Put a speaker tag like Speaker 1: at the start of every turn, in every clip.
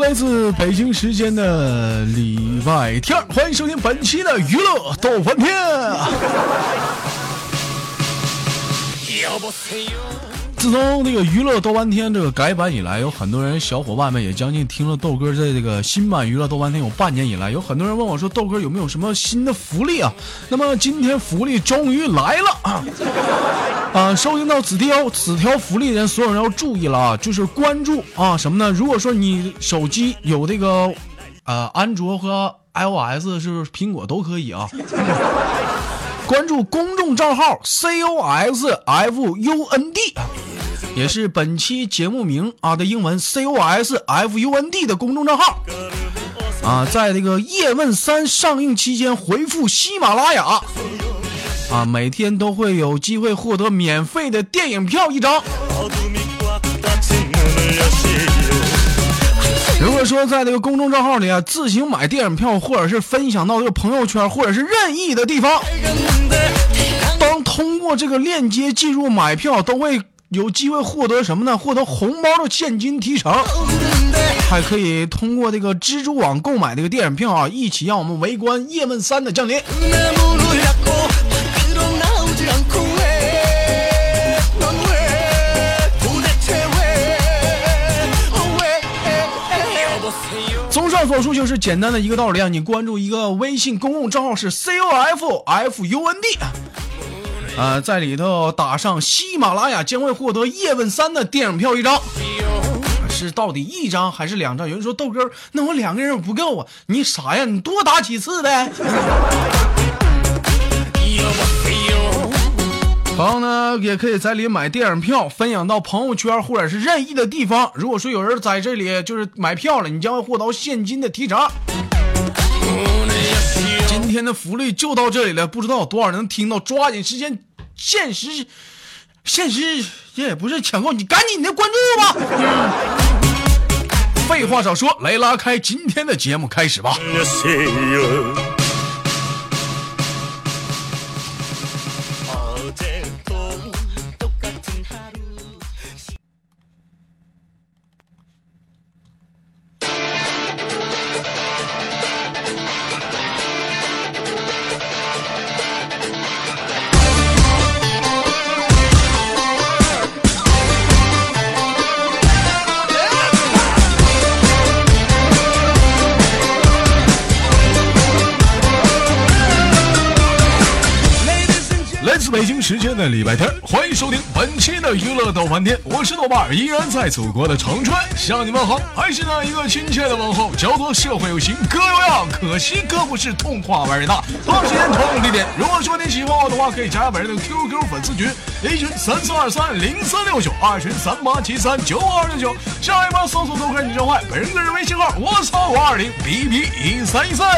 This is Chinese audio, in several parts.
Speaker 1: 来自北京时间的礼拜天，欢迎收听本期的娱乐逗翻天。自从这个娱乐逗翻天这个改版以来，有很多人小伙伴们也将近听了豆哥在这个新版娱乐逗翻天有半年以来，有很多人问我说豆哥有没有什么新的福利啊？那么今天福利终于来了啊！啊，收听到此条此条福利的人，所有人要注意了啊，就是关注啊什么呢？如果说你手机有这个，呃，安卓和 iOS 是苹果都可以啊。关注公众账号 C O S F U N D，也是本期节目名啊的英文 C O S F U N D 的公众账号。啊，在这个《叶问三》上映期间，回复喜马拉雅。啊，每天都会有机会获得免费的电影票一张。如果说在这个公众账号里啊，自行买电影票，或者是分享到这个朋友圈，或者是任意的地方，当通过这个链接进入买票，都会有机会获得什么呢？获得红包的现金提成，还可以通过这个蜘蛛网购买这个电影票啊，一起让我们围观《叶问三》的降临。
Speaker 2: 어,
Speaker 1: 综上所述，就是简单的一个道理啊！你关注一个微信公共账号是 C O F F U N D，呃，在里头打上喜马拉雅，将会获得《叶问三》的电影票一张。是到底一张还是两张？有人说豆哥，那我两个人不够啊！你啥呀？你多打几次呗。朋友呢，也可以在里买电影票，分享到朋友圈或者是任意的地方。如果说有人在这里就是买票了，你将会获得现金的提成。今天的福利就到这里了，不知道有多少人能听到，抓紧时间，限时，限时也不是抢购，你赶紧的关注吧。废话少说，来拉开今天的节目开始吧。来自北京时间的礼拜天，欢迎收听本期的娱乐逗翻天，我是豆瓣儿，依然在祖国的长春向你问好，还是那一个亲切的问候，嚼着社会有型哥有样，可惜哥不是痛话玩儿大。同样时间同样地点，如果说你喜欢我的话，可以加本人的 QQ 粉丝群，一群三四二三零三六九，二群三八七三九五二六九，下一波搜索豆哥你真坏，本人个人微信号我操五二零 B B 一三一三。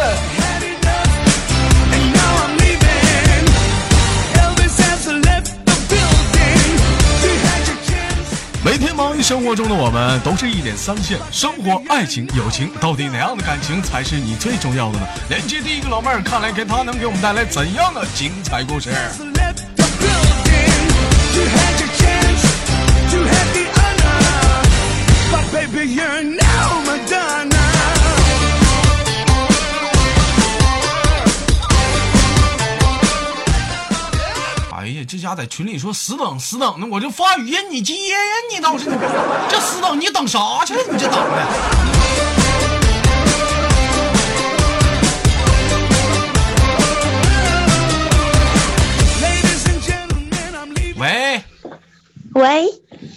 Speaker 1: 每天忙于生活中的我们，都是一脸三线。生活、爱情、友情，到底哪样的感情才是你最重要的呢？连接第一个老妹儿，看来给她能给我们带来怎样的精彩故事？
Speaker 2: Baby, you're now Madonna.
Speaker 1: 哎呀，这家在群里说死等死等的，我就发语音你接呀，你倒是这死等你等啥去了？你这等的。
Speaker 2: Ladies and gentlemen, I'm leaving.
Speaker 1: 喂，
Speaker 3: 喂，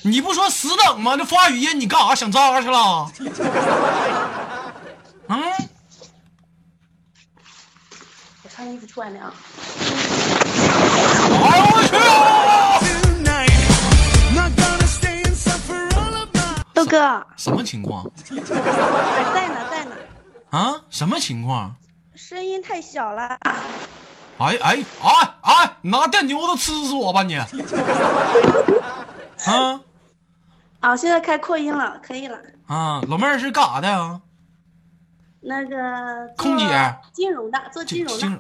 Speaker 1: 你不说死等吗？这发语音你干啥？想渣去了？嗯，
Speaker 3: 我穿衣服出来没有？
Speaker 1: 哎呦我去啊！
Speaker 2: tonight. Not gonna stay inside for all of my
Speaker 3: 豆哥，啊
Speaker 1: 什么情况
Speaker 3: 哎在呢，在呢，
Speaker 1: 啊？什么情况？
Speaker 3: 声音太小了。
Speaker 1: 哎哎哎哎，拿电牛子呲呲我吧你！啊
Speaker 3: 啊，现在开扩音了，可以了。
Speaker 1: 啊，老妹儿是干啥的啊呀？
Speaker 3: 那个做
Speaker 1: 空姐
Speaker 3: 金融的，做金融的，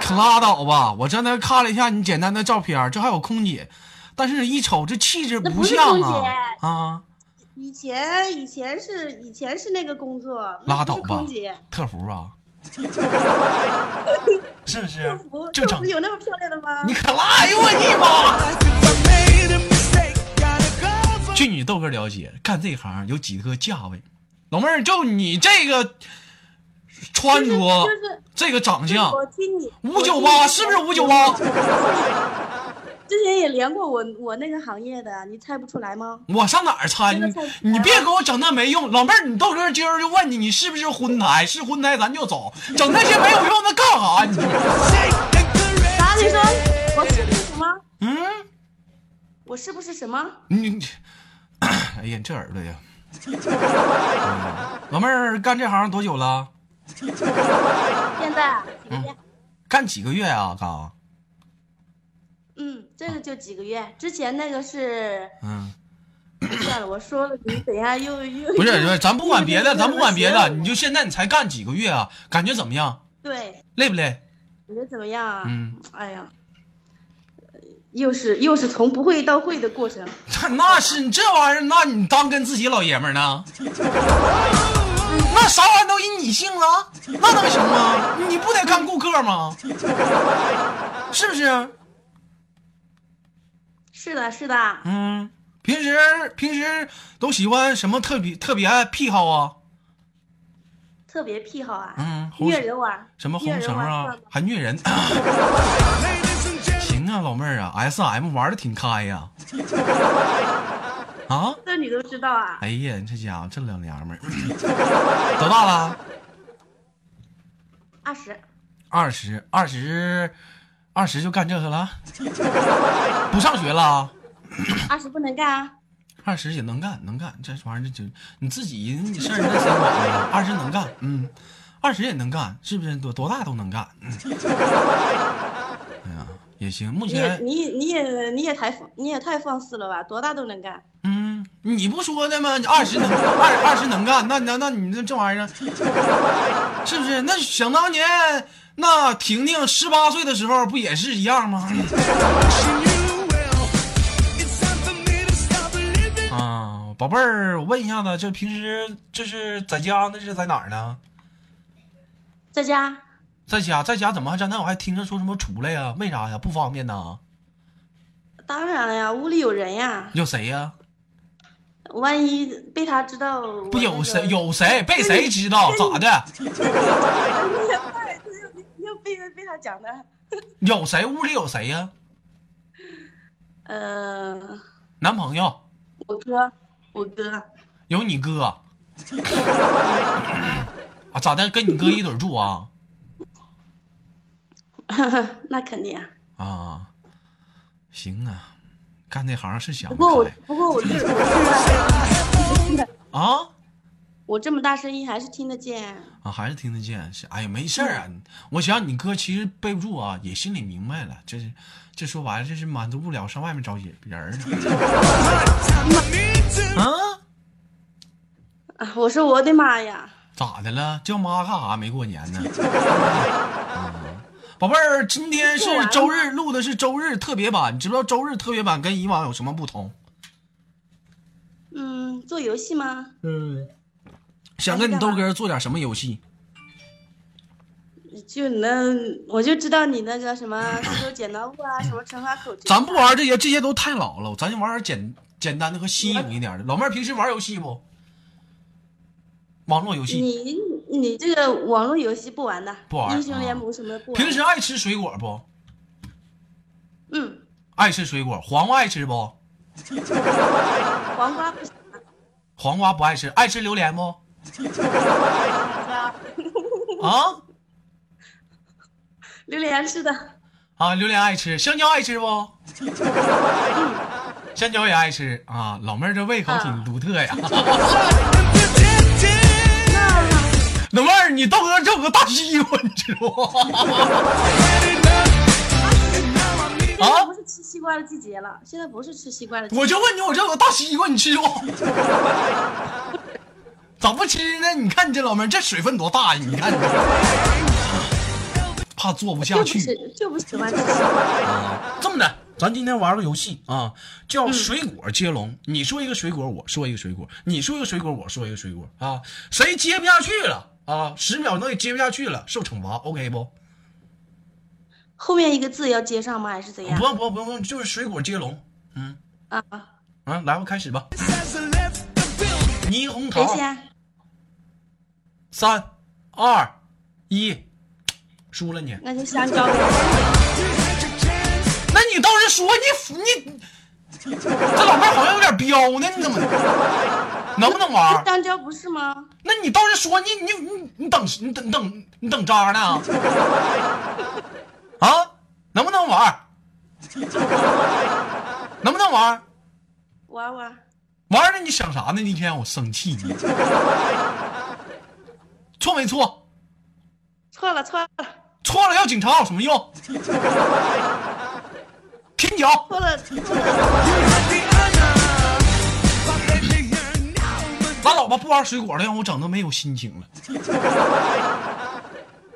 Speaker 1: 可拉倒吧！我刚才看了一下你简单的照片，这还有空姐，但是一瞅这气质
Speaker 3: 那不是
Speaker 1: 像
Speaker 3: 空姐
Speaker 1: 啊啊！
Speaker 3: 以前以前是以前是那个工作，
Speaker 1: 拉倒
Speaker 3: 不是
Speaker 1: 吧
Speaker 3: 空姐，
Speaker 1: 特服 啊，是不是
Speaker 3: 制服？
Speaker 1: 就
Speaker 3: 制
Speaker 1: 整
Speaker 3: 服有那么漂亮的吗
Speaker 1: 你？可拉！哎呦我的妈！据你豆哥了解，干这行有几个价位？老妹儿，就你这个穿着，
Speaker 3: 就是就是
Speaker 1: 这个长相，
Speaker 3: 我听你
Speaker 1: 五九八是不是五九？八
Speaker 3: 我？听你之前也连过我我那个行业的，你猜不出来吗？
Speaker 1: 我上哪儿猜？
Speaker 3: 这
Speaker 1: 你
Speaker 3: 个太难
Speaker 1: 你
Speaker 3: 了
Speaker 1: 别给我整那没用，老妹儿，你豆哥今儿就问你，你是不是婚胎？是婚胎咱就走，整那些没有用的干啥？你
Speaker 3: 啥？你说我是不是什么？
Speaker 1: 嗯，
Speaker 3: 我是不是什么？
Speaker 1: 你，你 哎呀，你这耳朵呀！嗯老妹儿干这行多久了？
Speaker 3: 现在啊几个月？
Speaker 1: 干几个月啊？刚，
Speaker 3: 嗯，这个就几个月。之前那个是
Speaker 1: 嗯，
Speaker 3: 算了，我说了，你等一下又又
Speaker 1: 不
Speaker 3: 又
Speaker 1: 是，咱不管别的，咱不管别的，
Speaker 3: 又
Speaker 1: 你就现在你才干几个月啊？感觉怎么样？
Speaker 3: 对，
Speaker 1: 累不累？
Speaker 3: 你觉得怎么样啊？
Speaker 1: 嗯，
Speaker 3: 哎呀，呃又是又是从不会到会的过程。
Speaker 1: 那是你这玩意儿，那你当跟自己老爷们儿呢？那啥玩意儿都以你性了，那能行吗？你不得干顾客吗？是不是？
Speaker 3: 是的，是的，
Speaker 1: 嗯，平时平时都喜欢什么特别特别癖好啊？
Speaker 3: 特别癖好啊，
Speaker 1: 嗯红
Speaker 3: 虐
Speaker 1: 绳
Speaker 3: 人玩，
Speaker 1: 什么
Speaker 3: 虐
Speaker 1: 红
Speaker 3: 人
Speaker 1: 绳
Speaker 3: 玩
Speaker 1: 啊
Speaker 3: 算吗，
Speaker 1: 还虐人。行啊，老妹儿啊，S M 玩的挺开呀、啊。
Speaker 3: 这你都知道啊？
Speaker 1: 哎呀，你这家伙这老娘们儿， 多大了？
Speaker 3: 二十，
Speaker 1: 二十二十，二十就干这个了？不上学了？啊
Speaker 3: 二十不能干啊？
Speaker 1: 二十也能干，能干，这玩意儿就你自己你事儿那谁管呀？二十能干，嗯，二十也能干，是不是？多多大都能干。嗯、哎呀，也行。目
Speaker 3: 你也
Speaker 1: 前，
Speaker 3: 你也你也你也太放你也太放肆了吧？多大都能干？
Speaker 1: 嗯，你不说的吗？你二十能二二十能干，那那那你这这玩意儿，是不是？那想当年，那婷婷十八岁的时候不也是一样吗？啊，宝贝儿，我问一下子，这平时这是在家，那是在哪儿呢？
Speaker 3: 在家
Speaker 1: 在家，在家怎么还刚才我还听着说什么出来呀、为啥呀？不方便呐？
Speaker 3: 当然了呀，屋里有人呀，
Speaker 1: 有谁呀、
Speaker 3: 万一被他知道我
Speaker 1: 不
Speaker 3: 那
Speaker 1: 有
Speaker 3: 个
Speaker 1: 谁有谁被谁知 道咋的？
Speaker 3: 你也太这又你 又被被他讲的，
Speaker 1: 有谁屋里有谁呀、
Speaker 3: 呃，
Speaker 1: 男朋友
Speaker 3: 我哥，我哥，
Speaker 1: 有你哥啊？咋的？跟你哥一堆儿住啊？
Speaker 3: 那肯定啊。
Speaker 1: 啊，行啊，干这行是想
Speaker 3: 不过
Speaker 1: 不
Speaker 3: 我
Speaker 1: 开
Speaker 3: 不过我这我这么大
Speaker 1: 啊。
Speaker 3: 我这么大声音还是听得见。
Speaker 1: 啊，还是听得见。是，哎呀，没事儿啊。我想你哥其实背不住啊，也心里明白了。这是，这说白了，这是满足不了上外面找人人儿呢啊？
Speaker 3: 啊，我说我的妈呀！
Speaker 1: 咋的了？叫妈干啥？没过年呢？ 啊，宝贝儿，今天是啊
Speaker 3: 过完了
Speaker 1: 周日，录的是周日特别版。你知不知道周日特别版跟以往有什么不同？
Speaker 3: 嗯，做游戏吗？
Speaker 1: 嗯，想跟你豆哥做点什么游戏？
Speaker 3: 就你那，我就知道你那个什么石头剪刀布啊，什么乘法口诀。
Speaker 1: 哎咱不玩这些，这些都太老了，咱就玩点简简单的和新颖一点的。老妹儿平时玩游戏不？网络游戏，
Speaker 3: 你你这个网络游戏不玩的，
Speaker 1: 不玩
Speaker 3: 英雄
Speaker 1: 啊
Speaker 3: 联盟什么的不玩。
Speaker 1: 平时爱吃水果不？
Speaker 3: 嗯，
Speaker 1: 爱吃水果，黄瓜爱吃不？
Speaker 3: 黄瓜不喜
Speaker 1: 黄瓜不爱吃，爱吃榴莲不？
Speaker 3: 欢加，
Speaker 1: 啊
Speaker 3: 榴莲吃的
Speaker 1: 啊，榴莲爱吃，香蕉爱吃不？香蕉也爱吃啊，老妹儿这胃口挺独特呀。老妹儿，你豆哥这有个大西瓜，你知道不？啊
Speaker 3: 现在
Speaker 1: 啊
Speaker 3: 不是吃西瓜的季节了，现在不是吃西瓜的季节。
Speaker 1: 我就问你，我这有个大西瓜，你吃不？咋不吃呢？你看你这老妹儿，这水分多大呀！你看你这，怕坐不下
Speaker 3: 就不
Speaker 1: 去。
Speaker 3: 是就不喜欢吃西瓜。
Speaker 1: 这么的，咱今天玩个游戏啊，叫水果接龙。你说一个水果，我说一个水果；你说一个水果，我说一个水果啊。谁接不下去了啊，十秒内接不下去了，受惩罚，OK 不？
Speaker 3: 后面一个字要接上吗？还是怎样
Speaker 1: 不？用不用不用不用，就是水果接龙。嗯
Speaker 3: 啊，
Speaker 1: 啊，来吧，开始吧。
Speaker 2: Has left the building.
Speaker 1: 霓虹
Speaker 3: 谁
Speaker 1: 桃，
Speaker 3: 先？
Speaker 1: 三二一，输了你。
Speaker 3: 那就香蕉呗。
Speaker 2: You had your chance.
Speaker 1: 那你倒是说你你， 这老妹儿好像有点彪呢，你怎么能不能玩儿？
Speaker 3: 香蕉不是吗？
Speaker 1: 那你倒是说你你你你等你等你等你等渣呢？啊，能不能玩儿？能不能玩儿？
Speaker 3: 玩玩。
Speaker 1: 玩儿呢？你想啥呢？你一天让我生气你，错没错？
Speaker 3: 错了错了
Speaker 1: 错了要警察有什么用？停脚！
Speaker 3: 错了，
Speaker 2: The honor. But let me hear now. But
Speaker 1: 拉倒吧，不玩水果了，让我整的没有心情了。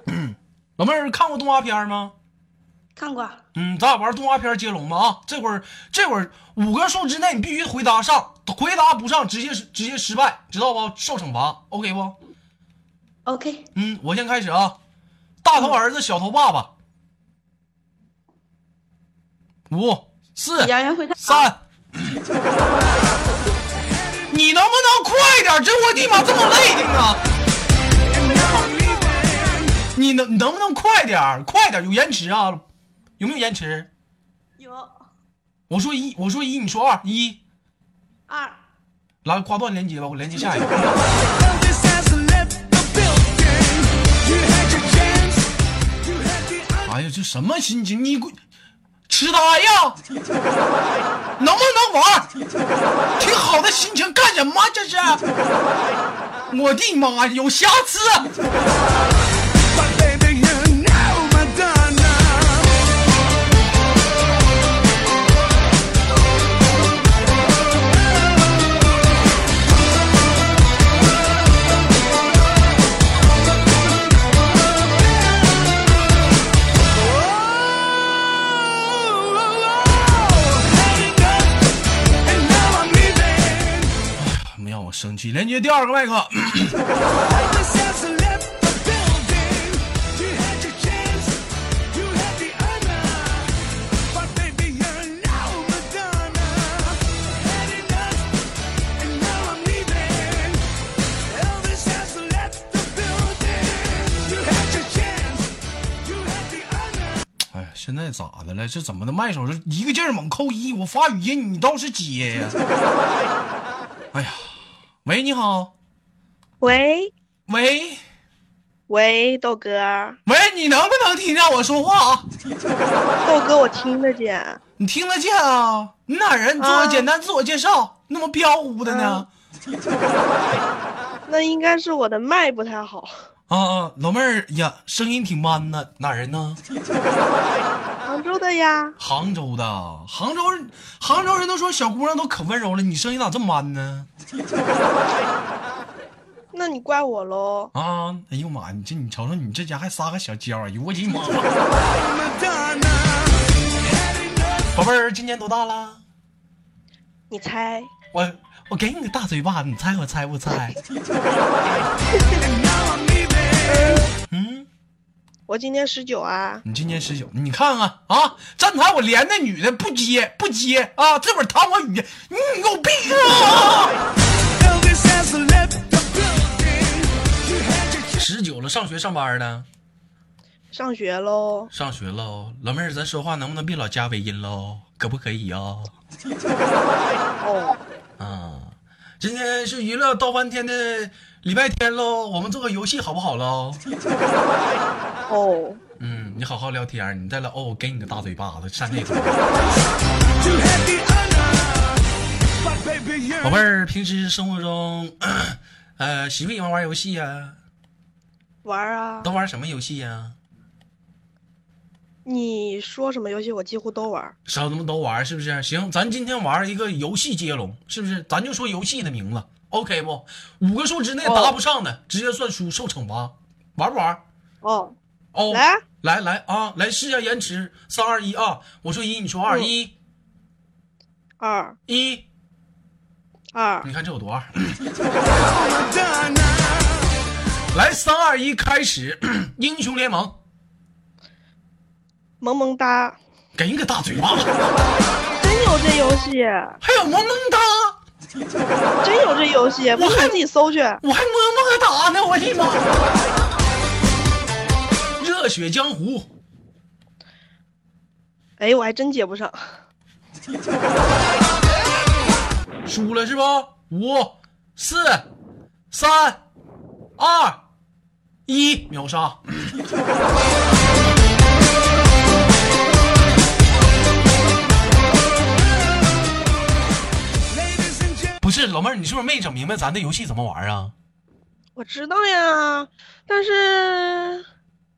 Speaker 1: 嗯，老妹儿看过动画片吗？
Speaker 3: 看过。
Speaker 1: 嗯，咱俩玩动画片接龙吧啊！这会儿这会儿五个数之内你必须回答上，回答不上直接直接失败，知道不？受惩罚，OK 不？
Speaker 3: OK，
Speaker 1: 嗯，我先开始啊。大头儿子，小头爸爸。五四
Speaker 3: 演员会看。
Speaker 1: 三，你能不能快点？这我的妈，这么累的呢？你能你能不能快点儿？快点儿，有延迟啊？有没有延迟？
Speaker 3: 有
Speaker 1: 我说一，我说一，你说二，一，
Speaker 3: 二，
Speaker 1: 来挂断连接吧，我连接下一个。
Speaker 2: Elvis has left the building. You had your chance. You had the honor.
Speaker 1: 哎呀，这什么心情？你滚，吃他 呀！能不能玩？挺好的心情干什么？这是，我的妈呀，有瑕疵！
Speaker 2: But baby, you're now Madonna.
Speaker 1: 他们哎让我生气，连接第二个麦 克。
Speaker 2: Elvis has left the building. You had your chance. You had the honor. But baby, you're now Madonna. Had enough, and now I'm leaving. Elvis has left the building. You had your chance. You had the honor.
Speaker 1: 哎，现在咋的了？这怎么的？麦手这一个劲儿猛扣一，我发语音你倒是接 呀！哎呀，喂，你好，
Speaker 4: 喂
Speaker 1: 喂
Speaker 4: 喂，豆哥，
Speaker 1: 喂，你能不能听见我说话啊？
Speaker 4: 豆哥，我听得见。
Speaker 1: 你听得见啊？你哪人？你做个
Speaker 4: 啊
Speaker 1: 简单自我介绍，那么飘忽的呢？
Speaker 4: 那应该是我的麦不太好
Speaker 1: 啊啊，老妹儿呀，声音挺 man 呢，哪人呢？
Speaker 4: 杭州的呀，
Speaker 1: 杭州的，杭州人，杭州人都说小姑娘都可温柔了，你声音咋这么 man 呢？
Speaker 4: 那你怪我喽。
Speaker 1: 啊，哎呦妈，你这你瞅瞅你这家还撒个小娇儿，哎呦我的妈！
Speaker 2: Madonna. Had enough,
Speaker 1: 宝贝儿，今年多大了？
Speaker 4: 你猜，
Speaker 1: 我我给你个大嘴巴，你猜我猜不猜？
Speaker 2: and now I'm leaving.
Speaker 1: 嗯，
Speaker 4: 我今年十九啊，
Speaker 1: 你今年十九，你看看啊，站台我连那女的不接不接啊，这会儿谈我语言，你有病啊！
Speaker 2: Elvis has left the building. You had your chance.
Speaker 1: 十九了，上学上班呢？
Speaker 4: 上学喽。
Speaker 1: 上学喽，老妹儿，咱说话能不能别老加尾音喽？可不可以啊、
Speaker 4: 哦，
Speaker 1: 啊，今天是娱乐到翻天的礼拜天喽，我们做个游戏好不好喽？
Speaker 4: 哦，
Speaker 1: 嗯，你好好聊天儿，你再来哦，我给你个大嘴巴子，扇那头。
Speaker 2: You had the honor, but baby, you're
Speaker 1: 宝贝儿，平时生活中，呃，喜不喜欢玩游戏呀、啊
Speaker 4: 玩儿啊
Speaker 1: 都！玩什么游戏呀、
Speaker 4: 你说什么游戏，我几乎都玩儿。
Speaker 1: 啥什么都玩是不是？行，咱今天玩一个游戏接龙，是不是？咱就说游戏的名字，OK 不？五
Speaker 4: 哦
Speaker 1: 个数之内答不上的，直接算输，受惩罚。玩不玩？
Speaker 4: 哦，
Speaker 1: 哦，
Speaker 4: 来啊，
Speaker 1: 来来啊，来试一下延迟，三二一啊，我说一，你说二，
Speaker 4: 嗯
Speaker 1: 一
Speaker 4: 二
Speaker 1: 一，
Speaker 4: 二
Speaker 1: 你看这有 多二？
Speaker 2: Madonna.
Speaker 1: 来，三二一，开始， 英雄联盟，
Speaker 4: 萌萌哒，
Speaker 1: 给人个大嘴巴，
Speaker 4: 真有这游戏，
Speaker 1: 还有么么哒，
Speaker 4: 真有这游戏，不
Speaker 1: 还
Speaker 4: 信自己搜去。
Speaker 1: 我还么么哒呢，我的妈！热血江湖，
Speaker 4: 哎，我还真接不上。
Speaker 1: 输了是不？五、四、三、二、一，秒杀！
Speaker 2: Ladies and gentlemen.
Speaker 1: 不是老妹儿，你是不是没整明白咱这游戏怎么玩啊？
Speaker 4: 我知道呀，但是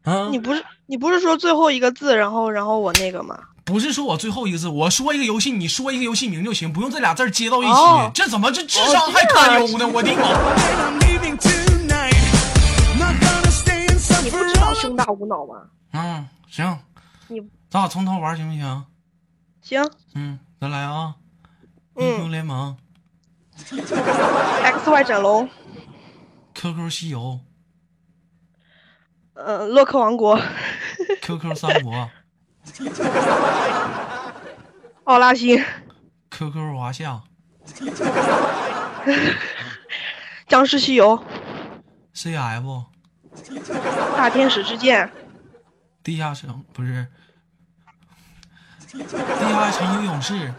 Speaker 1: 啊
Speaker 4: 你，不是你不是说最后一个字，然后然后我那个吗？
Speaker 1: 不是说我最后一个字，我说一个游戏，你说一个游戏名就行，不用这俩字儿接到一起。
Speaker 4: 哦
Speaker 1: 这怎么这智商还堪忧呢？我的妈！
Speaker 2: And I'm leaving tonight. Not gonna stay and
Speaker 4: 你不
Speaker 2: suffer.
Speaker 4: 知道胸大无脑吗？
Speaker 1: 嗯，行，
Speaker 4: 你
Speaker 1: 咱俩从头玩行不行？
Speaker 4: 行，
Speaker 1: 嗯，咱来啊，英雄
Speaker 4: 嗯
Speaker 1: 联盟、
Speaker 4: ，X Y 斩龙，
Speaker 1: QQ 西游、
Speaker 4: 呃，洛克王国，
Speaker 1: QQ 三国、
Speaker 4: 奥拉星，
Speaker 1: QQ 华夏、
Speaker 4: 僵尸西游，
Speaker 1: CF、
Speaker 4: 大天使之剑，
Speaker 1: 地下城不是，地下城与勇士、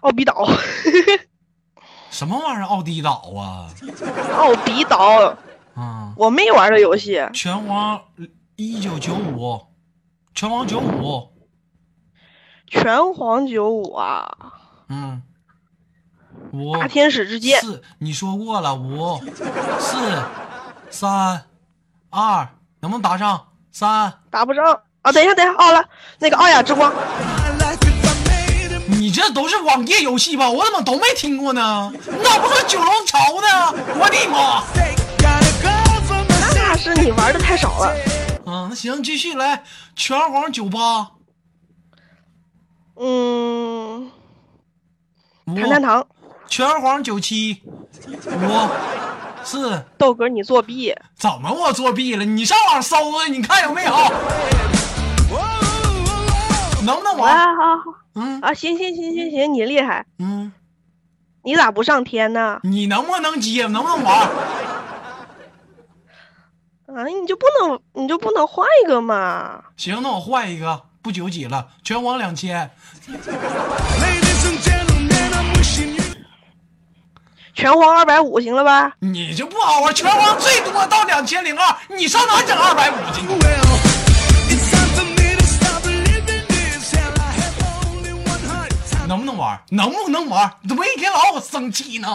Speaker 4: 奥比岛，
Speaker 1: 什么玩意儿？奥迪岛啊，
Speaker 4: 奥比岛，
Speaker 1: 啊、
Speaker 4: 我妹玩的游戏，
Speaker 1: 拳皇一九九五，拳皇九五，
Speaker 4: 拳皇九五啊，
Speaker 1: 嗯，五
Speaker 4: 大天使之剑，
Speaker 1: 四，你说过了，五四三二，能不能答上？三，
Speaker 4: 打不上啊！等一下，等一下，奥拉那个奥雅之光，
Speaker 2: My life if I made it.
Speaker 1: 你这都是网页游戏吧？我怎么都没听过呢？你咋不说九龙潮呢？我的妈！
Speaker 2: They gotta go for my
Speaker 4: 那是你玩的太少了。
Speaker 1: 啊，那行，继续来，拳皇九八
Speaker 4: 嗯，
Speaker 1: 五，
Speaker 4: 弹弹堂，
Speaker 1: 拳皇九七五四，
Speaker 4: 豆哥你作弊，
Speaker 1: 怎么我作弊了？你上网搜啊，你看有没有？
Speaker 2: Whoa, whoa,
Speaker 1: 能不能玩？
Speaker 4: 啊好好
Speaker 1: 嗯
Speaker 4: 啊，行行行行行，你厉害，
Speaker 1: 嗯，
Speaker 4: 你咋不上天呢？
Speaker 1: 你能不能接？能不能玩？
Speaker 4: 啊，你就不能你就不能换一个嘛？
Speaker 1: 行，那我换一个，不纠结了，拳皇两千。
Speaker 2: whoa. Ladies and gentlemen, I'm wishing you.
Speaker 4: 拳皇二百五行了吧？
Speaker 1: 你就不好玩，拳皇最多到两千零二，你上哪整二百五去？
Speaker 2: Well, it's time for me to stop living this hell. I have only one heart. Time
Speaker 1: 能不能玩？能不能玩？你怎么一天老让我生气呢？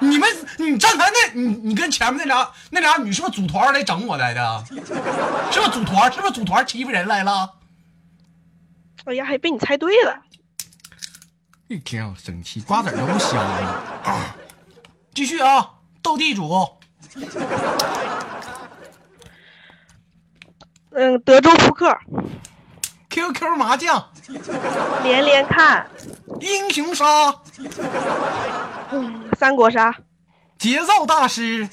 Speaker 1: 你们，你站台那，你你跟前面那俩那俩女是不是组团来整我来的？是不是组团？是不是组团欺负人来了？
Speaker 4: 哎呀，还被你猜对了。
Speaker 1: 一天让我生气，瓜子儿都不香了、啊继续啊，斗地主，
Speaker 4: 嗯，德州扑克，
Speaker 1: QQ 麻将，
Speaker 4: 连连看，
Speaker 1: 英雄杀，
Speaker 4: 三国杀，
Speaker 1: 节奏大师，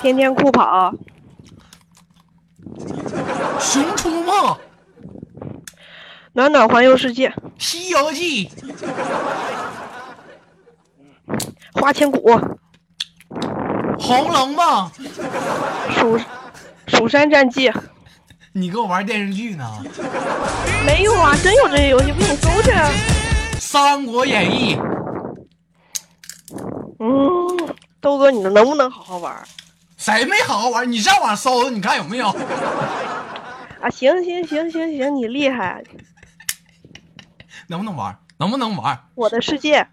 Speaker 4: 天天酷跑，
Speaker 1: 熊出没，
Speaker 4: 暖暖环游世界，
Speaker 1: 西游记。
Speaker 4: 花千骨，
Speaker 1: 红龙吧？
Speaker 4: 蜀蜀山战记。
Speaker 1: 你给我玩电视剧呢？
Speaker 4: 没有啊，真有这些游戏，不信你搜去。啊
Speaker 1: 《三国演义》
Speaker 4: 嗯，豆哥，你能不能好好玩儿
Speaker 1: 谁没好好玩？你上网搜，你看有没有？
Speaker 4: 啊？行行行行行，你厉害！
Speaker 1: 能不能玩？能不能玩？
Speaker 4: 我的世界，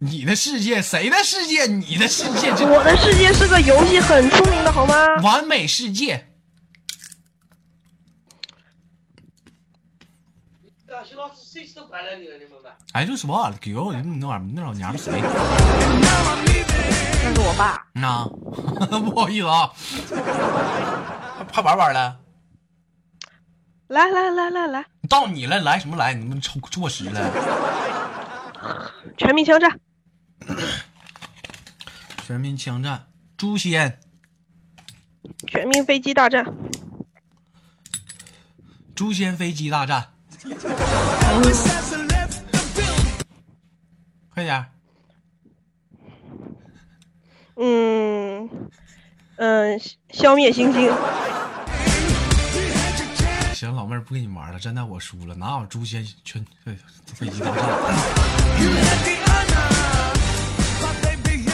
Speaker 1: 你的世界，谁的世界？你的世界，这
Speaker 4: 我的世界是个游戏，很出名的好吗？
Speaker 1: 完美世界。
Speaker 5: 啊徐老师随时都管着你了，你们吧。
Speaker 1: 哎，这什么玩意儿？给我那玩意儿，那老娘们谁？
Speaker 4: 那是我爸，
Speaker 1: 那不好意思啊，还还玩玩了？
Speaker 4: 来来来来来，
Speaker 1: 到你了，来什么来？你们超坐实了。
Speaker 4: 全民枪战，
Speaker 1: 全民枪战，诛仙，
Speaker 4: 全民飞机大战，
Speaker 1: 诛仙飞机大战，快点儿！
Speaker 4: 嗯嗯、消灭行星，
Speaker 1: 行，老妹儿不跟你玩了，真的我输了，哪有诛仙全呃飞机大战？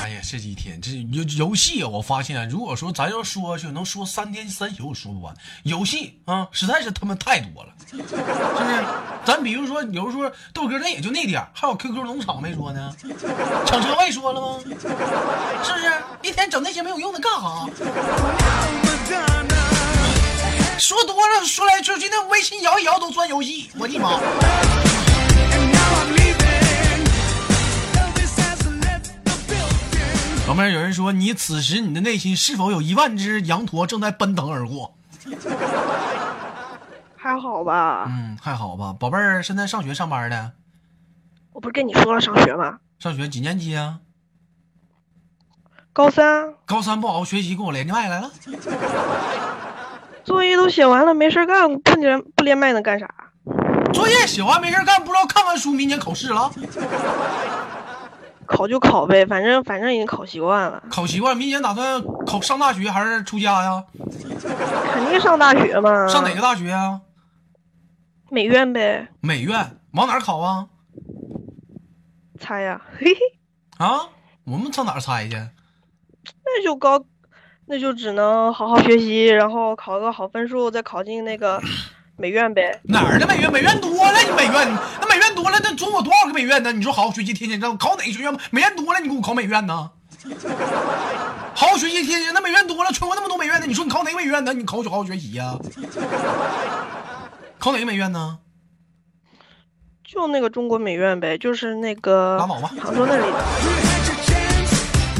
Speaker 1: 哎呀，这几天这游游戏啊，我发现啊如果说咱要说下去，能说三天三宿也说不完。游戏啊，实在是他妈太多了，是不是？咱比如说，比如说豆哥，那也就那点儿还有 QQ 农场没说呢，抢车位说了吗？是不是？一天整那些没有用的干哈？说多了，说来说去，那微信摇一摇都算游戏，我的妈！旁边有人说：“你此时你的内心是否有一万只羊驼正在奔腾而过
Speaker 4: 还好？”吧？
Speaker 1: 嗯，还好吧，宝贝儿，现在上学上班的，
Speaker 4: 我不是跟你说了上学吗？
Speaker 1: 上学几年级啊？
Speaker 4: 高三
Speaker 1: 高三不好好学习，跟我连麦来了。
Speaker 4: 作业都写完了，没事儿干，不连不连麦能干啥？
Speaker 1: 作业写完没事干，不知道看完书明年考试了，
Speaker 4: 考就考呗，反正反正已经考习惯了，
Speaker 1: 考习惯，明年打算考上大学还是出家呀？
Speaker 4: 肯定上大学嘛。
Speaker 1: 上哪个？大学啊？
Speaker 4: 美院呗，
Speaker 1: 美院，往哪儿考啊？
Speaker 4: 猜呀、嘿嘿，
Speaker 1: 啊，我们上哪儿猜去？
Speaker 4: 那就高，那就只能好好学习，然后考个好分数，再考进那个美院呗。
Speaker 1: 哪儿的美院？美院多了，你美院那美院多了，那总有多少个美院呢？你说好好学习，天天上考哪个学院？美院多了，你给我考美院呢？好好学习，天天那美院多了，全国那么多美院呢，你说你考哪个美院呢？你考好好学习呀、考哪个美院呢？
Speaker 4: 就那个中国美院呗，就是那个
Speaker 1: 拉倒吧
Speaker 4: 杭州那里的。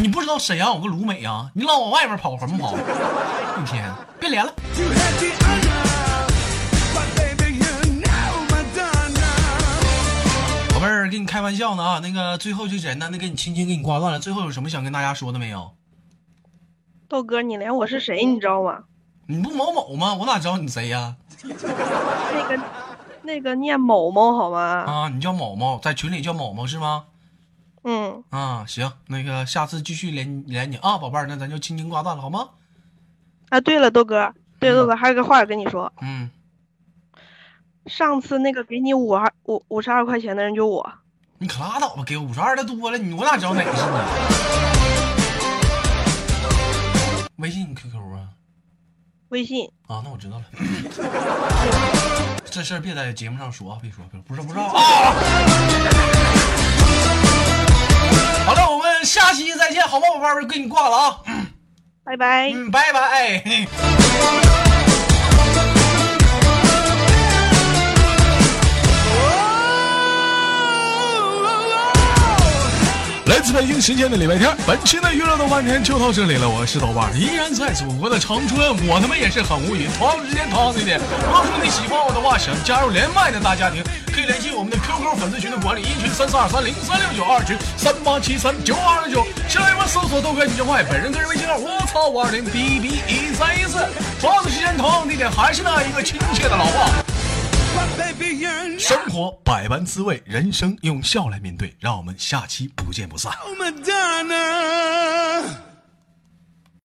Speaker 1: 你不知道沈阳有个鲁美啊？你老往外面跑，什么跑？一天，别连了。宝贝儿，跟你开玩笑呢啊！那个最后就简单的给你轻轻给你挂断了。最后有什么想跟大家说的没有？
Speaker 4: 豆哥，你连我是谁你知道吗？
Speaker 1: 你不某某吗？我哪知道你谁呀、
Speaker 4: 那个那个念某某好吗？
Speaker 1: 啊，你叫某某，在群里叫某某是吗？
Speaker 4: 嗯，
Speaker 1: 啊，行，那个下次继续连连你啊，宝贝儿，那咱就轻轻挂断了好吗？
Speaker 4: 啊对了，豆哥，对豆哥，还有个话要跟你说，
Speaker 1: 嗯，
Speaker 4: 上次那个给你五二五五十二块钱的人就我。
Speaker 1: 你可拉倒吧，给五十二的多了，你我哪知道哪个是你？微信 QQ 啊？
Speaker 4: 微信，
Speaker 1: 啊，那我知道了。这事儿别在节目上说啊，别说，别说，不知道不知道啊。好了，我们下期再见，好吗，宝贝儿？给你挂了啊，
Speaker 4: 拜拜。
Speaker 1: 嗯，拜拜。哎来自北京时间的礼拜天，本期的娱乐豆瓣天就到这里了。我是豆瓣儿，依然在祖国的长春，我他妈也是很无语。同样时间，同样地点。如果说你喜欢我的话，想加入连麦的大家庭，可以联系我们的 QQ 粉丝群的管理，一群三四二三零三六九，二群三八七三九二六九。新浪微博搜索豆哥你真坏，本人个人微信号我操五二零 b b 一三一四。同样的时间，同样地点，还是那一个亲切的老话。生活百般滋味，人生用笑来面对。让我们下期不见不散。
Speaker 2: Madonna.